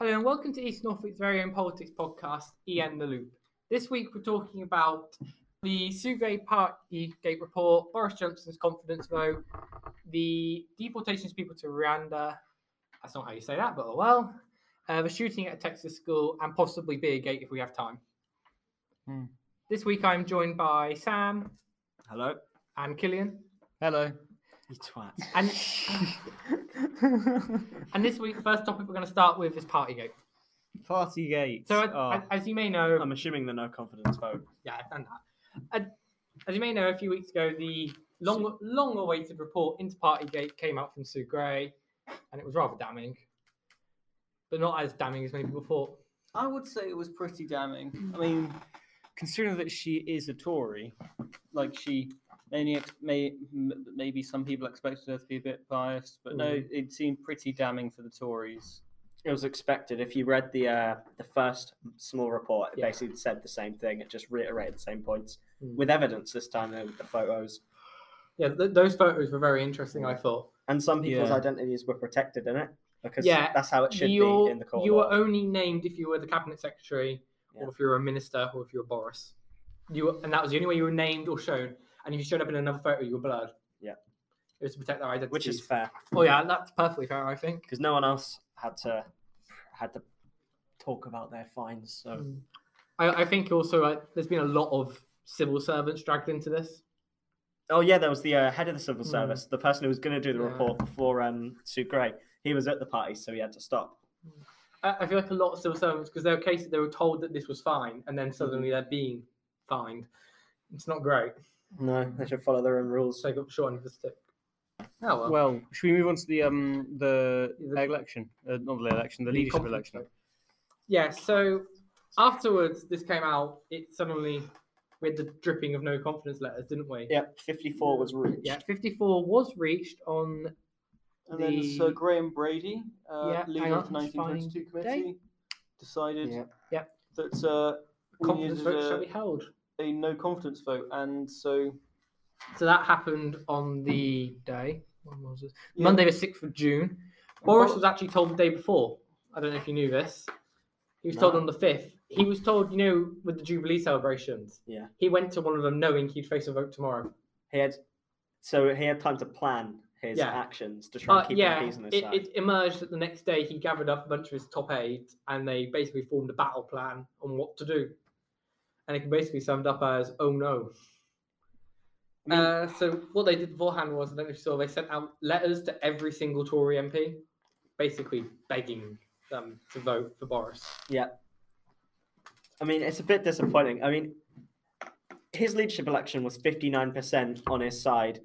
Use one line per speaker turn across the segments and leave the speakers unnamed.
Hello and welcome to East Norfolk's very own politics podcast, EN The Loop. This week we're talking about the Sugay Party Gate report, Boris Johnson's confidence vote, the deportations of people to Rwanda. That's not how you say that, but oh well. Uh, the shooting at a Texas school and possibly beer gate if we have time.
Hmm.
This week I'm joined by Sam
Hello.
and Killian.
Hello.
You twat.
And and this week, the first topic we're going to start with is Partygate.
Party gate.
So, a-
Oh,
a- as you may know,
I'm assuming the no confidence vote.
yeah, I've done that. And as you may know, a few weeks ago, the long, long-awaited report into Partygate came out from Sue Gray, and it was rather damning, but not as damning as many people thought.
I would say it was pretty damning. I mean,
considering that she is a Tory,
like she, many ex- may, m- maybe some people expected her to be a bit biased, but no, it seemed pretty damning for the Tories.
It was expected. If you read the uh, the first small report, it
Yeah.
basically said the same thing. It just reiterated the same points
Mm.
with evidence this time, though, with the photos.
Yeah, th- those photos were very interesting. I thought
And some people's
Yeah.
identities were protected in it because
Yeah,
that's how it should
You're-
be in the court.
you
law.
were only named if you were the cabinet secretary,
Yeah.
or if you were a minister, or if you were Boris. You were, and that was the only way you were named or shown. And if you showed up in another photo, you were blurred.
Yeah.
it was to protect their identity.
Which is fair
oh yeah, that's perfectly fair. I think.
because no one else had to had to talk about their fines. So
Mm. I, I think also uh, there's been a lot of civil servants dragged into this.
Oh yeah, there was the uh, head of the civil
Hmm.
service, the person who was going to do the
Yeah.
report before um, Sue Gray. He was at the party, so he had to stop.
I, I feel like a lot of civil servants because there were cases they were told that this was fine, and then
Mm-hmm.
suddenly they're being fined. It's not great.
No, they should follow their own rules.
So I got short end of the stick. Oh well.
well, should we move on to the um the
The-
election, uh, not the election, the
The
leadership
confidence
election?
vote. Yeah. So afterwards, this came out. It suddenly we had the dripping of no confidence letters, didn't we?
Yeah, 54 was reached.
Yeah, 54 was reached on
And
The-
then Sir Graham Brady, uh,
Yeah, hang
leader of the
on, just
1922 committee, decided
Yeah.
Yeah.
that uh, we
confidence
needed
vote shall
a,
be
uh,
held.
a no confidence vote, and so
So that happened on the day. When was it?
Yeah.
Monday, the 6th of June. Boris was actually told the day before. I don't know if you knew this. He was told
No.
on the 5th. He was told, you know, with the Jubilee celebrations.
Yeah.
He went to one of them knowing he'd face a vote tomorrow.
He had, so he had time to plan his
Yeah.
actions to try
Uh,
and keep the
yeah,
peas in
it,
his side.
it emerged that the next day he gathered up a bunch of his top aides and they basically formed a battle plan on what to do. And it can basically summed up as, oh no.
I mean-
Uh, so what they did beforehand was, I don't know if you saw, they sent out letters to every single Tory MP, basically begging them to vote for Boris.
I mean, it's a bit disappointing. I mean, his leadership election was 59% on his side,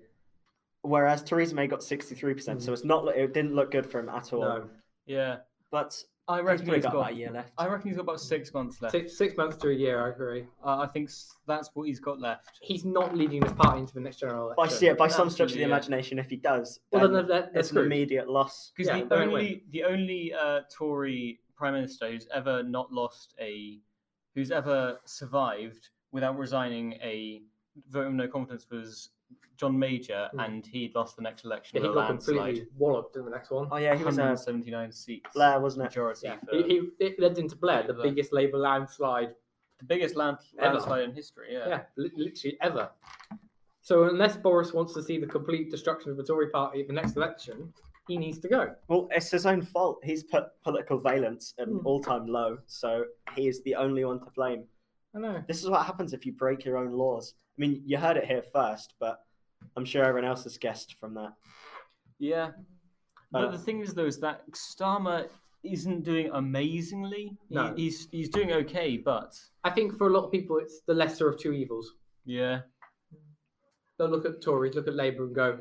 whereas Theresa May got 63%, so it's not it didn't look good for him at all.
Mm. No,
Yeah,
But
I
he's
reckon
probably
he's
got about a
got.
year left.
I reckon he's got about six months left.
six, six months to a year, I agree.
Uh, I think s- that's what he's got left.
He's not leading this party into the next general
By,
election.
se- by some
That's
stretch of the
really, yeah.
imagination, if he does,
Well,
then
then they're- they're
it's an
screwed.
immediate loss.
Because
Yeah,
the
very well.
only the only uh, Tory prime minister who's ever not lost a, who's ever survived without resigning a vote of no confidence was John Major,
Mm.
and he lost the next election
Yeah, he
with a
got
landslide.
completely walloped in the next one.
Oh, yeah, he was a
179 seats
Blair, wasn't it?
majority
uh, Yeah,
for
he, he, it led into Blair, the
Labour.
biggest Labour landslide
the biggest land,
Ever.
landslide in history. Yeah.
Yeah, li- literally ever. So unless Boris wants to see the complete destruction of the Tory party at the next election, he needs to go.
Well, it's his own fault. He's put political valence at an
Hmm.
all-time low, so he is the only one to blame.
I know.
This is what happens if you break your own laws. I mean, you heard it here first, but I'm sure everyone else has guessed from that.
Yeah. But
Uh,
the thing is, though, is that Starmer isn't doing amazingly. He-
No.
he's he's doing okay, but
I think for a lot of people, it's the lesser of two evils.
yeah,
They'll look at Tories, look at Labour, and go,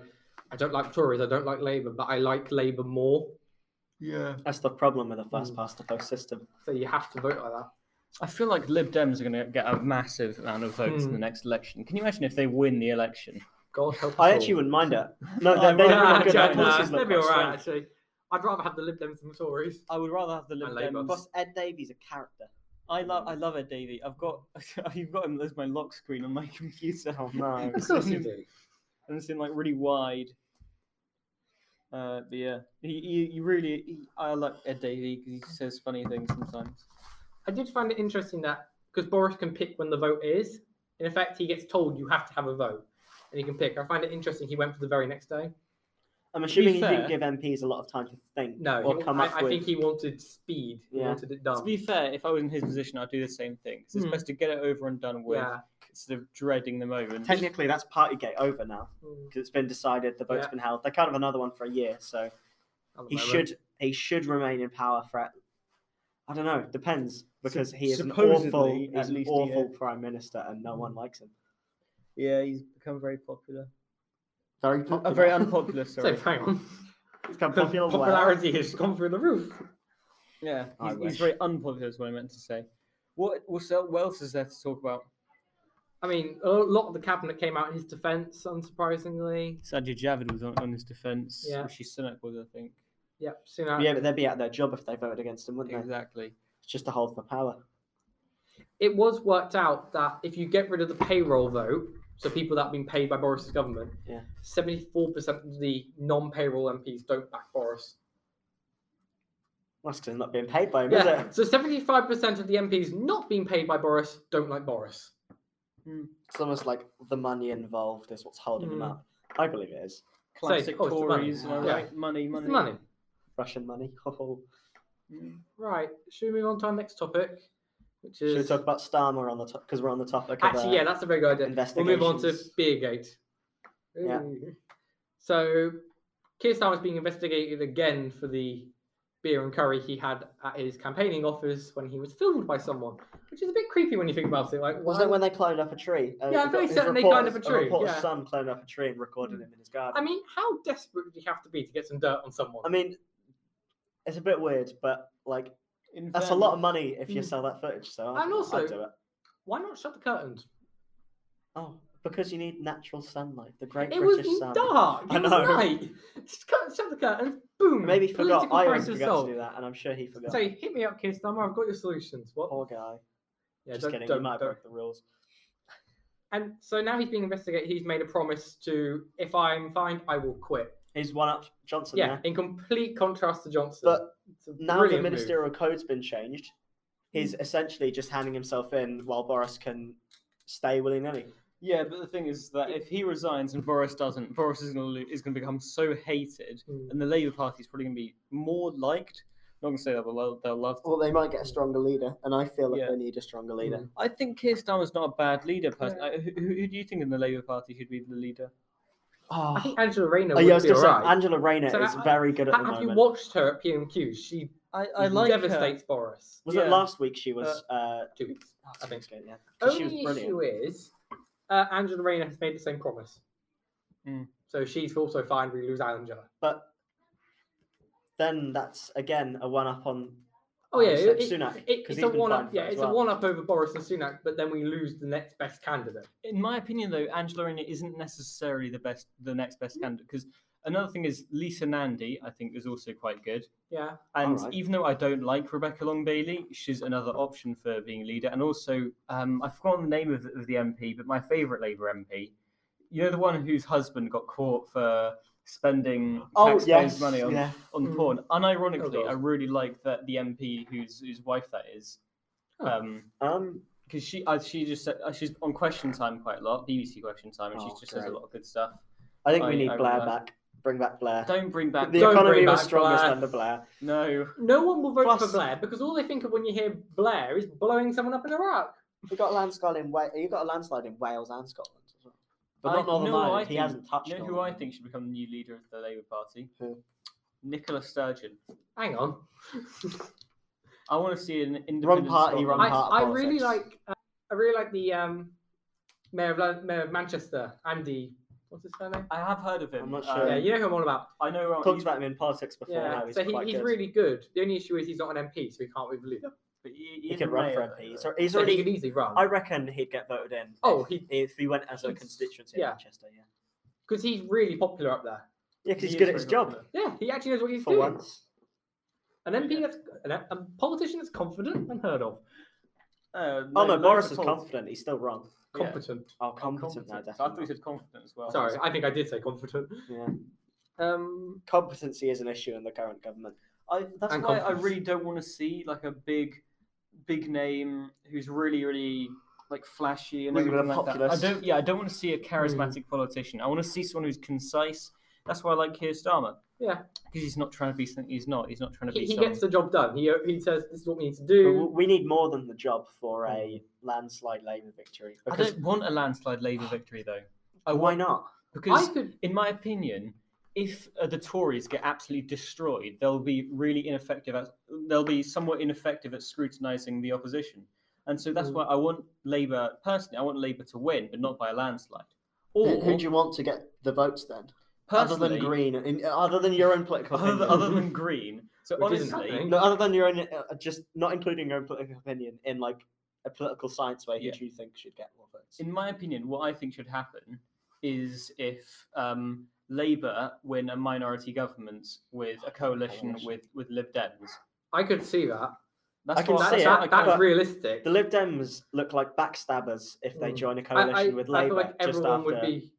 "I don't like Tories, I don't like Labour, but I like Labour more."
yeah.
That's the problem with the
Hmm.
first past the post system.
So you have to vote like that.
I feel like Lib Dems are going to get a massive amount of votes in
Hmm.
the next election. Can you imagine if they win the election?
God help us
I
all.
actually wouldn't mind it.
I
No, they're, they're
would-
really
Nah,
not good.
Jack,
Their
nah,
policies
they'd
look
be
quite
all right.
strong.
Actually, I'd rather have the Lib Dems than the Tories.
I would rather have the Lib
And Labour.
Dems.
Plus, Ed Davies a character.
I love I love it, Davey. I've got you've got him as my lock screen on my computer.
Oh no.
Of course you do.
and it's in like really wide.
Uh, but yeah, he, he, he really he, I like Ed Davey because he says funny things sometimes.
I did find it interesting that because Boris can pick when the vote is, in effect, he gets told you have to have a vote and he can pick. I find it interesting he went for the very next day.
I'm assuming he
fair-
didn't give MPs a lot of time to think
No,
or
he-
come
I,
up
I
with.
think he wanted speed. He
Yeah.
wanted it
To
done.
be fair, if I was in his position, I'd do the same thing. 'cause it's
Oh. Hmm.
best to get it over and done with
Yeah. Mm,
instead of dreading the moment.
Technically, that's Partygate over now
Mm,
because it's been decided. The vote's
Yeah.
been held. They can't have another one for a year, so
at the
he
moment.
should he should remain in power for. at- I don't know. Depends because he is an
supposedly,
awful,
at
he's an
least a
awful
year.
prime minister, and no one likes him.
Yeah, he's become very popular.
Very
Uh,
popular.
very unpopular. Sorry.
So, hang on.
He's got
The
popular. where?
popularity has gone through the roof.
Yeah,
I
he's,
wish.
he's very unpopular. Is what I meant to say. What what's el- what else is there to talk about?
I mean, a lot of the cabinet came out in his defence, unsurprisingly.
Sajid Javid was on, on his defence.
Yeah.
Rishi Sunak was, I think.
Yep, Sunak.
Yeah, but they'd be out of their job if they voted against him, wouldn't they?
Exactly.
It's just a hold for power.
It was worked out that if you get rid of the payroll vote, so people that have been paid by Boris's government,
Yeah.
74% of the non payroll MPs don't back Boris.
That's 'cause they're not being paid by him,
Yeah,
is
so
it?
75% of the MPs not being paid by Boris don't like Boris.
It's almost like the money involved is what's holding him
Mm.
up. I believe it is
Classic
oh, it's the money.
Tories, am I
Yeah.
right? Money,
It's
money.
the money.
Russian money. Oh,
Right, should we move on to our next topic? Which
Should we
is.
talk about Starmer on the top? Because we're on the topic. of, uh,
Actually, yeah, that's a very good idea. We'll move on to Beergate.
investigations. Yeah.
Ooh. So, Keir Starmer's being investigated again for the beer and curry he had at his campaigning office when he was filmed by someone, which is a bit creepy when you think about it. Like,
uh, Was
why-
it when they climbed up a tree? Uh,
Yeah, I'm
it
very
was
certain they climbed up a
reporter's-
tree,
reporter's
yeah. Hmm.
son climbed up a tree and recorded him in his garden.
I mean, how desperate do you have to be to get some dirt on someone?
I mean, it's a bit weird, but like
In
that's a
fairness-
lot of money if you
Mm.
sell that footage. So
And
I'd,
also-
I'd do it.
why not shut the curtains?
Oh, because you need natural sunlight. The great
It
British
was
sun.
dark.
I
It was
know.
night. Just cut, shut the curtains. Boom.
Maybe he forgot.
Political
I always
crisis
forgot
solved.
to do that, and I'm sure he forgot.
So hit me up, Keir Starmer. I've got your solutions. What?
Poor guy.
yeah,
Just
don't-
kidding.
don't-
you might
don't-
break the rules.
And so now he's being investigated. He's made a promise to, if I'm fined, I will quit.
He's one up Johnson
yeah,
there.
in complete contrast to Johnson.
Oh, But
It's a
Now the
brilliant move. Hmm.
ministerial code's been changed. He's essentially just handing himself in while Boris can stay willy nilly.
Yeah, but the thing is that if he resigns and Boris doesn't, Boris is going to lo- is going to become so hated,
Mm.
and the Labour Party is probably going to be more liked. I'm not going to say that, but they'll, they'll love.
Well, they might get a stronger leader, and I feel that
Yeah.
they need a stronger leader.
Mm.
I think Keir Starmer's not a bad leader. Person,
Yeah.
I- who, who who do you think in the Labour Party should be the leader?
Oh,
I think Angela Rayner
Oh,
would
yeah, I was
be
going to say,
alright.
Angela Rayner
So
is
ha-
very good at
Ha-
the
have you
moment.
watched her at PMQ? She
I, I like her.
devastates Boris.
was
yeah.
it last week she was? Uh,
Two weeks.
oh,
I think.
so, yeah. 'Cause she was
Only
brilliant.
issue is uh, Angela Rayner has made the same promise.
Mm.
So she's also fined. We lose Angela.
But then that's, again, a one up on
Oh yeah,
I said
it- it-
Sunak,
it-
'cause
it's
he's
a
been
one
fined
up.
for
Yeah,
it as
it's a
well.
one up over Boris and Sunak, but then we lose the next best candidate.
In my opinion, though, Angela Rayner isn't necessarily the best, the next best
Mm.
candidate. Because another thing is Lisa Nandy, I think, is also quite good.
Yeah,
And
Alright.
even though I don't like Rebecca Long Bailey, she's another option for being leader. And also, um, I've forgotten the name of, of the MP, but my favourite Labour MP, you know, the one whose husband got caught for spending
Oh,
taxpayers'
yes.
money on,
yeah.
on
Mm.
porn. Unironically,
Oh, God.
I really like that the MP whose whose wife that is.
Oh.
Um,
Um,
because she uh, she just said, uh, she's on Question Time quite a lot, BBC Question Time, and she
Oh,
just says a
great.
lot of good stuff.
I think
I-
we need
I
Blair
remember.
back. Bring back Blair.
Don't bring back
the
Don't
economy
bring
was
back
strongest
Blair.
under Blair.
no.
no one will vote for
Plus-
Blair because all they think of when you hear Blair is blowing someone up in Iraq.
You got a landslide in Wales. You got a landslide in Wales and Scotland as well. But
I-
not Northern
no, I
Ireland. he
think-
hasn't touched.
You know who I
Northern
think should become the new leader of the Labour Party?
Who?
Nicola Sturgeon.
Hang on,
I want to see an independent.
party,
Scotland.
run
I,
part of
I really
politics.
like uh, I really like the um, mayor of Lon- mayor of Manchester, Andy. What's his surname?
I have heard of him.
I'm not
uh,
sure.
Yeah, you know who I'm on about.
I know.
Ireland.
Right,
Talked about him in politics Um, before.
Yeah,
Now he's
so he,
quite
he's
good.
really good. The only issue is he's not an MP, so he can't be the leader.
But he,
He
is
could
a
run for
mayor, uh,
MP.
though,
He's,
right?
he's
So he
already.
could easily run.
I reckon he'd get voted in.
Oh,
if-
he-
if he went as a
he's-
constituency
yeah.
in Manchester. Yeah,
because he's really popular up there.
yeah, because he's
He is
good at his
very
job
popular.
Yeah, he actually knows what he's
for
doing.
once.
An MP that's an, a politician that's confident and heard of,
Uh,
Oh
like,
no,
loads
Boris
of
is
polls.
confident. He's still wrong.
Yeah.
competent.
Oh, competent now,
So I thought
definitely.
he said confident as well.
Sorry, I think I did say confident.
Yeah.
Um,
Competency is an issue in the current government.
I, that's
And
why I
confidence.
really don't want to see like a big, big name who's really, really like flashy and
Really
everything like
populist.
that. I don't. Yeah, I don't want to see a charismatic politician. I want to see someone who's concise. That's why I like Keir Starmer.
Yeah.
because he's not trying to be something he's not. He's not trying to
he,
be.
he
someone.
gets the job done. He, uh, he says, This is what we need to
But
do.
w- We need more than the job for a landslide Labour victory.
Hmm. I
Because
don't want a landslide Labour victory though. I
why
want
not?
because
I could.
in my opinion, if uh, the Tories get absolutely destroyed, they'll be really ineffective. At, they'll be somewhat ineffective at scrutinising the opposition, and so that's
Mm.
why I want Labour personally. I want Labour to win, but not by a landslide. Or
Who, who do you want to get the votes then? Other
personally,
than Green, in, other than your own political
other, than,
opinion.
other than Green. So
Which isn't
honestly,
happening.
No, other than your own, uh, just not including your own political opinion in like a political science way, who
Yeah.
do you think should get more votes?
in my opinion, what I think should happen is if um, Labour win a minority government with a coalition
Coalition.
with with Lib Dems.
I could see that.
That's
I can
what,
That,
see
that's
it,
what
that,
I
that's
but-
realistic.
The Lib Dems look like backstabbers if they
Mm.
join a
I,
coalition
I-
with
I
Labour.
feel like
just
everyone
after.
would be.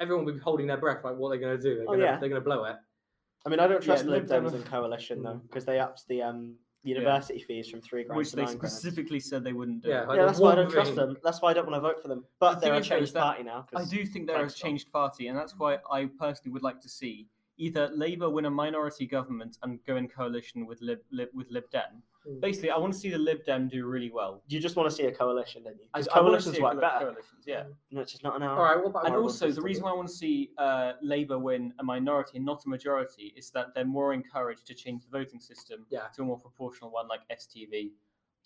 Everyone would be holding their breath, like what they're going to do. They're
Oh,
going
yeah.
to blow it.
I mean, I don't trust
Yeah,
Lib
Lib
Dems
Dem-
in coalition though,
Mm.
because they upped the um, university fees from three grand
which
to
they
nine grand.
specifically said they wouldn't do.
Yeah, like
yeah,
the
that's why I don't
one
trust
thing-
them. That's why I don't want to vote for them. But
The thing
they're a
is, though, is
changed
that
party now. 'cause-
I do think they're a
Frank's not.
changed party, and that's why I personally would like to see either Labour win a minority government and go in coalition with Lib, Lib with Lib Dem.
Mm.
Basically, I want to see the Lib Dem do really well.
You just want to see a coalition, don't you?
I-
Because
I wanna
coalitions
see a
work
coal-
better.
Coalitions, yeah.
No, it's just not an
All
hour.
right. What about
And
Horrible
also, the
system.
reason why I want to see uh, Labour win a minority and not a majority is that they're more encouraged to change the voting system
Yeah.
to a more proportional one like STV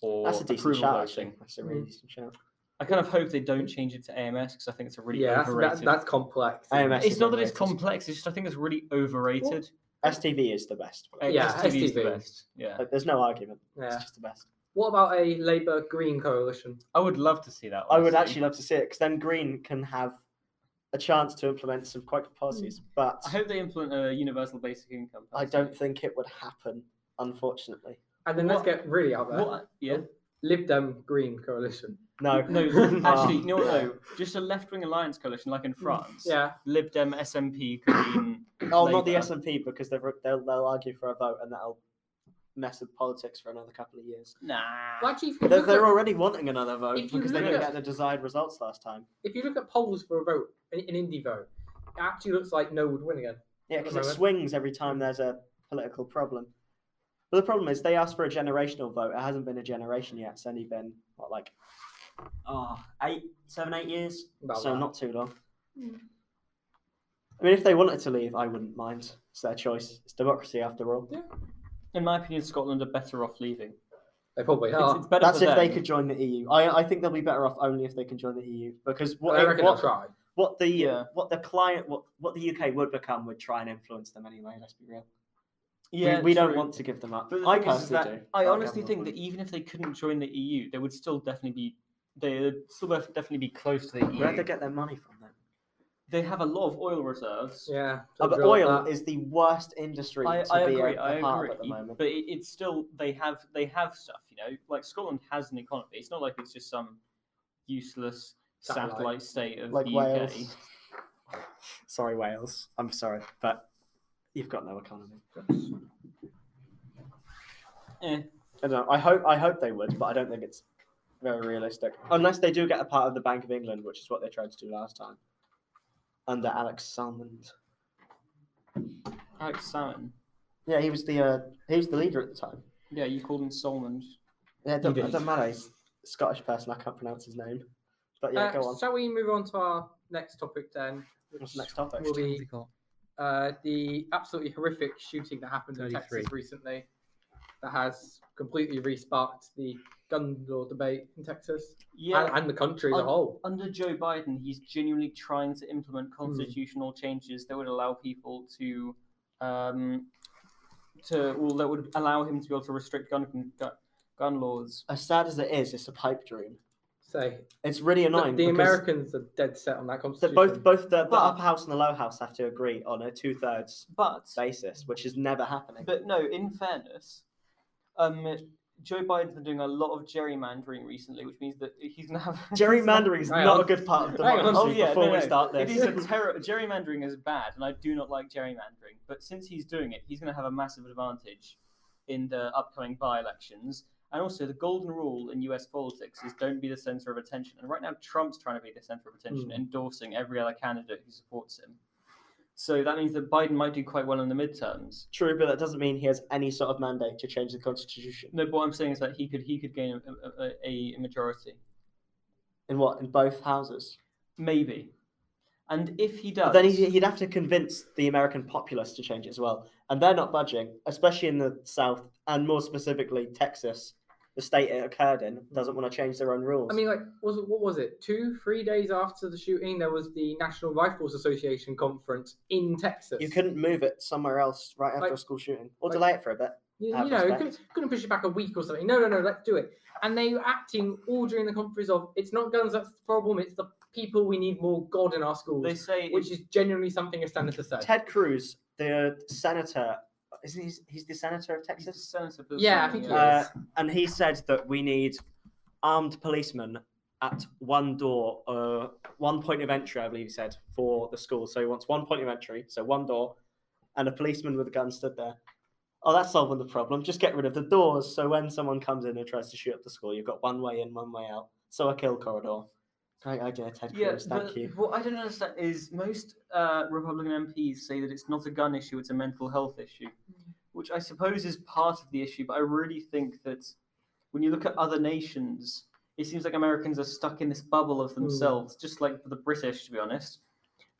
or
That's a decent
approval
shout,
voting.
actually. That's a really decent shout.
I kind of hope they don't change it to AMS because I think it's a really
yeah, that's,
overrated.
that, that's complex.
AMS.
It's not that it's
overrated.
complex. It's just I think it's really overrated.
STV is the best.
Uh,
Yeah,
STV is the
STV.
best. Yeah,
Like, there's no argument.
Yeah.
It's just the best.
What about a Labour Green coalition?
I would love to see that.
I would
honestly.
actually love to see it because then Green can have a chance to implement some quite good policies.
Hmm.
But
I hope they implement a universal basic income.
I don't think it would happen, unfortunately.
And then let's
What-
get really out there.
What? Yeah.
Lib Dem Green coalition.
No,
No, actually, no,
Oh.
no. Just a left-wing alliance coalition, like
Mm.
in France.
Yeah.
Lib Dem, SNP, Green.
Oh, not the
Labour.
S and P because they've, they'll they'll argue for a vote and that'll mess with politics for another couple of years.
Nah.
Well, actually, if you,
They're,
look
they're
at,
already wanting another vote
If you
because they
look
didn't
at-
get the desired results last time.
if you look at polls for a vote, an, an indie vote, it actually looks like no would win again.
Yeah,
At the
because it
moment.
swings every time there's a political problem. But the problem is they asked for a generational vote. It hasn't been a generation yet. It's only been what like oh, eight, seven, eight years.
About
so
that.
not too long. I mean, if they wanted to leave, I wouldn't mind. It's their choice. It's democracy after all.
In my opinion, Scotland are better off leaving.
They probably
It's,
are.
it's better
That's
for
if they
them.
could join the EU. I, I think they'll be better off only if they can join the EU because
Well,
what
I reckon
what,
they'll try.
what the
Yeah.
what the client what, what the UK would become would try and influence them anyway. Let's be real.
Yeah,
we, we don't
true.
want to give them up.
But the
I
thing is, is
personally
that
do.
I
Oh,
Don't
honestly
have
think
one.
that even if they couldn't join the EU, they would still definitely be they would still def- definitely be close to the EU.
Where'd they get their money from then?
They have a lot of oil reserves.
Yeah.
Oh, but
drill like
oil
that.
is the worst industry
I,
to
I
be
agree.
a,
I
a part of at the
agree.
moment.
But it, it's still they have they have stuff. You know, like Scotland has an economy. It's not like it's just some useless
Satellite.
satellite, state of
Like
the
Wales.
UK.
Sorry, Wales. I'm sorry, but you've got no economy.
Eh.
I don't know. I hope I hope they would, but I don't think it's very realistic. Unless they do get a part of the Bank of England, which is what they tried to do last time. Under Alex Salmond.
Alex Salmon.
Yeah, he was the uh, he was the leader at the time.
Yeah, you called him Solomon.
Yeah, it don't,
did.
it don't matter. He's a Scottish person. I can't pronounce his name. But yeah,
Uh,
go on.
Shall we move on to our next topic then?
What's the next topic?
Will be uh, the absolutely horrific shooting that happened in
33.
Texas recently that has completely re-sparked the gun law debate in Texas
Yeah.
and, and the country as a
Un-
whole.
under Joe Biden, he's genuinely trying to implement
Hmm.
constitutional changes that would allow people to, um, to well, that would allow him to be able to restrict gun gun, gun laws.
As sad as it is, it's a pipe dream.
Say
It's really
the,
annoying.
the
because
Americans are dead set on that
that
constitution.
both both the, the
But-
upper house and the lower house have to agree on a two thirds
But
basis, which is never happening.
but no, in fairness, um, Joe Biden's been doing a lot of gerrymandering recently, which means that he's going to have
Gerrymandering is
Hang
not
on.
a good part of
Hang on.
democracy.
Oh, yeah,
before
no,
we
no.
start
It
this,
is a terror. gerrymandering is bad, and I do not like gerrymandering. But since he's doing it, he's going to have a massive advantage in the upcoming by-elections. And also, the golden rule in U.S. politics is don't be the center of attention. And right now, Trump's trying to be the center of attention, endorsing every other candidate who supports him. So that means that Biden might do quite well in the midterms.
true, but that doesn't mean he has any sort of mandate to change the constitution.
No, but what I'm saying is that he could he could gain a, a- a, a majority,
In what? In both houses.
maybe. And if he does,
But then he- he'd have to convince the American populace to change it as well, and they're not budging, especially in the South, and more specifically Texas, the state it occurred in, doesn't want to change their own rules.
I mean, like, was it, what was it? Two, three days after the shooting, there was the National Rifles Association conference in Texas.
you couldn't move it somewhere else right after
Like-
a school shooting, or
like-
delay it for a bit.
You,
out
you
of
know,
respect.
couldn't, couldn't push it back a week or something. No, no, no, let's do it. And they were acting all during the conference of it's not guns that's the problem, it's the people we need more God in our schools,
they say
which is genuinely something a senator said.
Ted Cruz, the senator, isn't he? He's the senator of
he's the
Texas,
senator for the
Yeah, I
Senate,
think he
yeah.
Uh, and he said that we need armed policemen at one door, uh, one point of entry, I believe he said, for the school. So he wants one point of entry, so one door, and a policeman with a gun stood there. Oh, that's solving the problem. Just get rid of the doors, so when someone comes in and tries to shoot up the school, you've got one way in, one way out. So a kill corridor. Great idea, Ted Cruz.
Yeah,
Thank
but
you.
What I don't understand is most uh, Republican MPs say that it's not a gun issue; it's a mental health issue, which I suppose is part of the issue. But I really think that when you look at other nations, it seems like Americans are stuck in this bubble of themselves, just like the British, to be honest.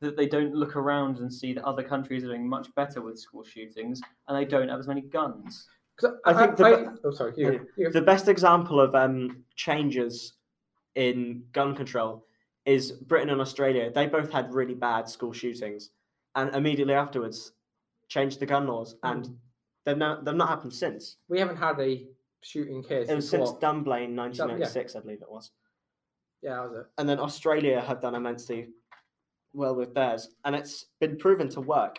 That they don't look around and see that other countries are doing much better with school shootings, and they don't have as many guns.
'Cause
I think the
I- oh, sorry, you,
yeah.
you-
the best example of um, changes in gun control is Britain and Australia. They both had really bad school shootings, and immediately afterwards changed the gun laws,
Hmm.
and they've not they've not happened since.
we haven't had a shooting case.
It was since
what?
Dunblane, nineteen ninety six, I believe it was,
yeah, that was it.
and then Australia have done immensely well with theirs, and it's been proven to work.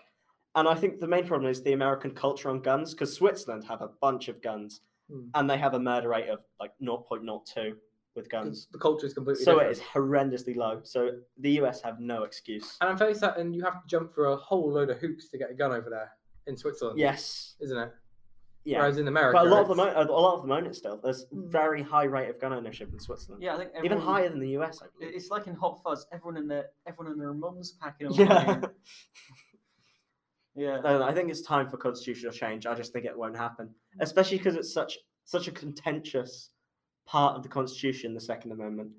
And I think the main problem is the American culture on guns, because Switzerland have a bunch of guns,
Hmm.
and they have a murder rate of like 0.02 with
'Cause
guns.
The culture is completely
So
different.
it is horrendously low. So the US have no excuse.
And I'm fairly certain you have to jump through a whole load of hoops to get a gun over there in Switzerland,
Yes.
isn't it?
Yeah.
Oh. Whereas in America,
But a lot of
it's-
them, own, a lot of them own it still. There's
Mm.
very high rate of gun ownership in Switzerland,
Yeah, I think
Mm. even
everyone,
higher than the US. I
it-
believe.
It's like in Hot Fuzz, everyone in their everyone in their mum's packing.
Yeah.
yeah.
No, no, uh, I think it's time for constitutional change. I just think it won't happen, especially because it's such such a contentious part of the Constitution, the Second Amendment.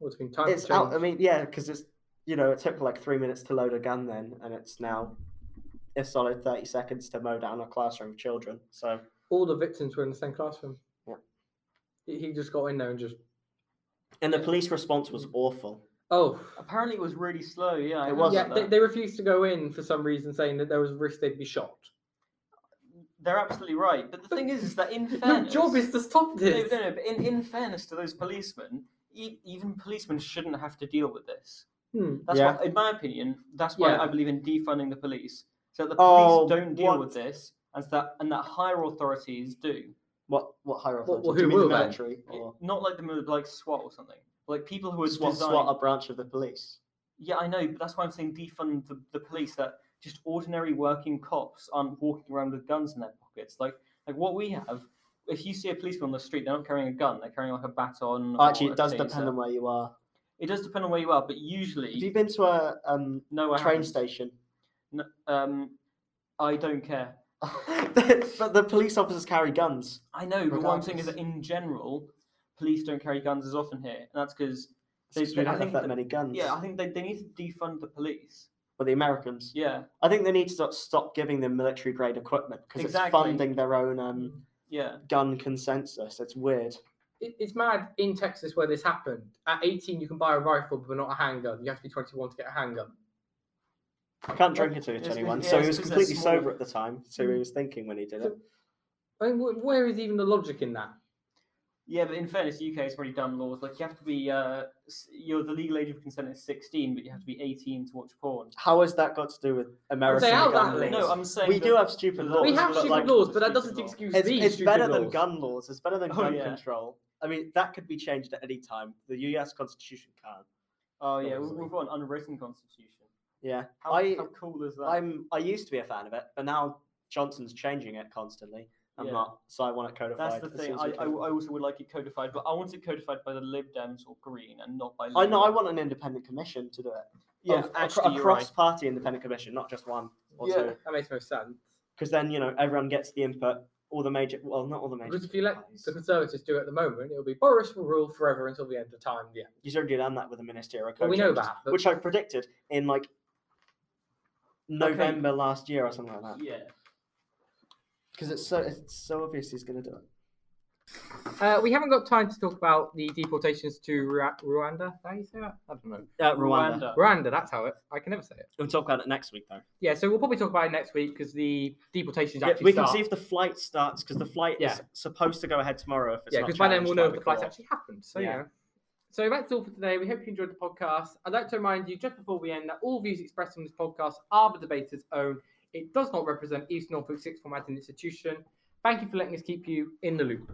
Well, it's been time
It's
to
out. I
change.
mean, yeah, because it's you know it took like three minutes to load a gun then, and it's now a solid thirty seconds to mow down a classroom of children. So
all the victims were in the same classroom.
Yeah.
He he just got in there and just
and the police response was awful.
oh
Apparently, it was really slow. Yeah, I
It
heard
was.
yeah
about
they,
that.
they refused to go in for some reason, saying that there was a risk they'd be shot.
They're absolutely right. But the thing is, is that in
Your
fairness,
job is to stop
no,
this.
no, no, but in, in fairness to those policemen, e- even policemen shouldn't have to deal with this.
Hmm.
That's
Yeah.
why, in my opinion, that's why
Yeah.
I believe in defunding the police, so that the police
Oh,
don't deal
what-
with this, and so that and that higher authorities do,
What what higher
Well,
authority?
well,
Do you
who
mean
will
the
then?
military or
not like the mil- like SWAT or something, like people who are
Oh. SWAT,
designed.
SWAT a branch of the police?
Yeah, I know, but that's why I'm saying defund the, the police. That just ordinary working cops aren't walking around with guns in their pockets. Like like what we have. If you see a policeman on the street, they're not carrying a gun. They're carrying like a baton. or
Actually,
a
it does
taser.
depend on where you are.
It does depend on where you are, but
Have
usually
you been to a um,
no. I
train
haven't.
station?
No, um, I don't care.
but the police officers carry guns.
I know, but what I'm saying is that
Regardless.
in general, police don't carry guns as often here, and that's because
They,
They-
we
they-
don't
I
have
think
that
the-
many guns.
yeah, I think they, they need to defund the police.
But the Americans,
Yeah,
I think they need to stop, stop giving them military grade equipment because
Exactly. Mm.
it's funding their own um,
yeah.
gun consensus. It's weird.
It, it's mad in Texas where this happened. At 18, you can buy a rifle, but not a handgun. You have to be 21 to get a handgun.
I can't drink until you're
It's 'cause-
21.
yeah,
so
it's
he was
'cause they're
completely
small. Mm.
sober at the time. So he was thinking when he did it.
I mean, wh- where is even the logic in that?
Yeah, but in fairness, the UK has already done laws like you have to be uh, s- you're the legal age of consent is sixteen, but you have to be eighteen to watch porn.
How has that got to do with American
They are
gun
that-
laws?
No, I'm saying
we
that-
do have stupid laws.
We have
but
stupid
like,
laws, but that doesn't
Stupid law.
excuse
It's,
these
it's
stupid
better than
laws.
gun laws. It's better than
Oh,
gun
yeah.
control. I mean, that could be changed at any time. The U.S. Constitution can't.
Oh yeah, we-
Obviously.
we've got an unwritten constitution.
Yeah,
How,
I-
how cool is that?
I'm. I used to be a fan of it, but now Johnson's changing it constantly. I'm
Yeah.
not, so I want it
That's
codified.
the
as soon
thing.
as
I,
we
I,
can.
I also would like it codified, but I want it codified by the Lib Dems or Green and not by.
I know. I
Labour.
want an independent commission to do it.
Yeah,
Of- acro-
actually,
a
you're right.
cross-party independent commission, not just one or
Yeah.
two.
That makes no sense.
Because then you know everyone gets the input. All the major, well, not all the major.
Because if you let
parties.
the Conservatives do it at the moment, it'll be Boris will rule forever until the end of time. Yeah.
He's already done that with the ministerial
Well,
code.
we know
changes,
that, but-
which I predicted in like November last year or something like that.
Yeah.
Because it's so it's so obvious he's going to do it.
Uh, we haven't got time to talk about the deportations to Ru- Rwanda. How do you say that? I don't know.
Uh, Rwanda.
Rwanda. That's how it. I can never say it.
We'll talk about it next week though.
Yeah. So we'll probably talk about it next week because the deportations
Yeah,
actually
we
start.
can see if the flight starts because the flight is
Yeah.
supposed to go ahead tomorrow. If it's
yeah,
not
because by then we'll know if the
challenged by
flight actually happened. So
Yeah.
yeah. So that's all for today. We hope you enjoyed the podcast. I'd like to remind you just before we end that all views expressed on this podcast are the debater's own. It does not represent East Norfolk Six Form as an institution. Thank you for letting us keep you in the loop.